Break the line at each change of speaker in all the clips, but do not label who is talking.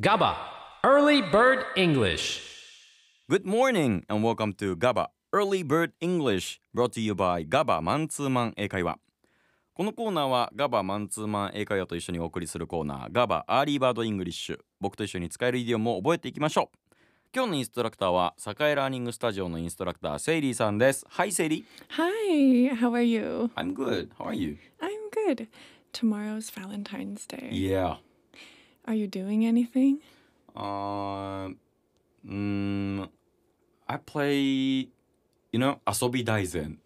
GABA, Early Bird English.
Good morning and welcome to GABA Early Bird English brought to you by GABA マンツーマン英会話このコーナーは GABA マンツーマン英会話と一緒にお送りするコーナー GABA アーリーバードイングリッシュ僕と一緒に使えるイディオムを覚えていきましょう今日のインストラクターは栄ラーニングスタジオのインストラクターセイリーさんです Hi セイリ
Hi, how are you?
ー I'm good How are you?
I'm good. Tomorrow's Valentine's Day.
Yeah
Are you doing anything?
Uh, mm, I play you know 遊び大全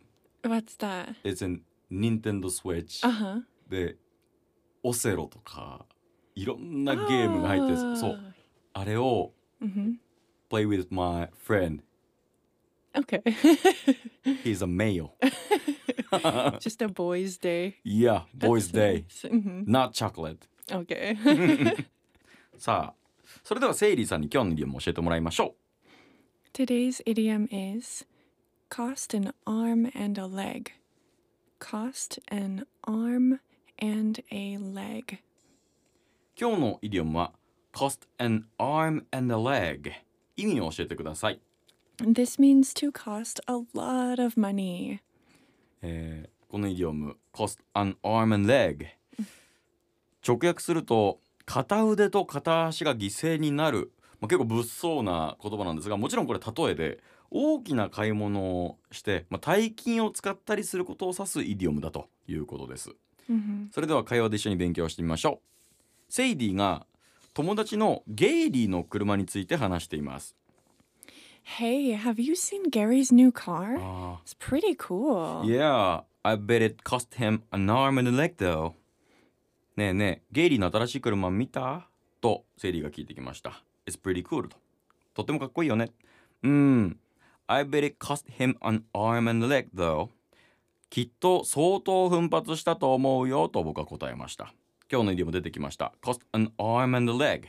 What's that?
It's a Nintendo Switch
Uh huh.
でオセロとかいろんなゲームが入ってるんですそうあれを
Mm-hmm.
play with my friend
Okay.
he's a male
Just a boys' day.
yeah boys day
hmm
not chocolate
Okay.
さあそれではセイリーさんに今日の理由も教えてもらいましょ
Today's idiom is cost an arm and a leg. Cost an arm and a leg.
う今日のイディオムは cost an arm and a leg 意味を教えてください
This means to cost a lot of money.
えーこのイディオム cost an arm and leg 直訳すると片腕と片足が犠牲になる、まあ、結構物騒な言葉なんですがもちろんこれ例えで大きな買い物をして、まあ、大金を使ったりすることを指すイディオムだということです。
hmm
それでは会話で一緒に勉強してみましょう。セイディが友達のゲイリーの車について話しています。
Hey, have you seen Gary's new car?
あ
It's pretty cool.
あ Yeah, I bet it cost him an arm and a leg though. ねえねえ、ゲイリーの新しい車見たとセイリーが聞いてきました。It's pretty cool と。とってもかっこいいよね。うん。I bet it cost him an arm and a leg though. きっと相当奮発したと思うよと僕は答えました。今日のイディも出てきました。cost an arm and a leg。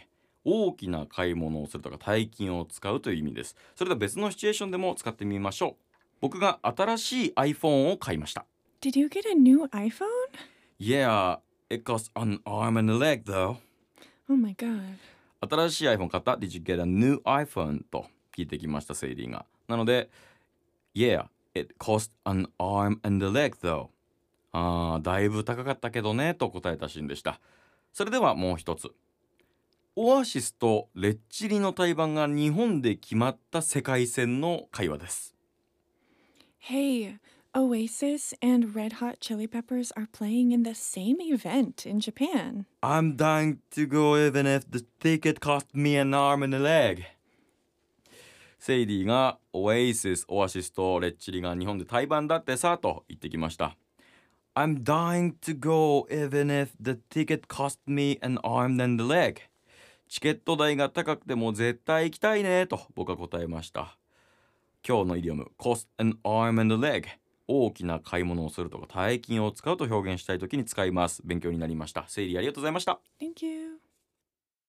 大きな買い物をするとか大金を使うという意味です。それでは別のシチュエーションでも使ってみましょう。僕が新しい iPhone を買いました。
Did you get a new iPhone?
Yeah, it cost an arm and a leg though.
Oh my god.
新しい iPhone 買った Did you get a new iPhone? と聞いてきました、セイリーが。なので、Yeah, it cost an arm and a leg though. ああ、だいぶ高かったけどね、と答えたシーンでした。それではもう一つ。オアシスとレッチリの対バンが日本で決まった世界戦の会話です。
Hey, Oasis and Red Hot Chili Peppers are playing in the same event in Japan.
I'm dying to go even if the ticket cost me an arm and a leg. セイディがオエイシス、オアシスとレッチリが日本で対バンだってさと言ってきました。I'm dying to go even if the ticket cost me an arm and a leg. チケット代が高くても絶対行きたいねと僕は答えました。今日のイディオム cost an arm and a leg 大きな買い物をするとか大金を使うと表現したい時に使います勉強になりました整理ありがとうございました
Thank you.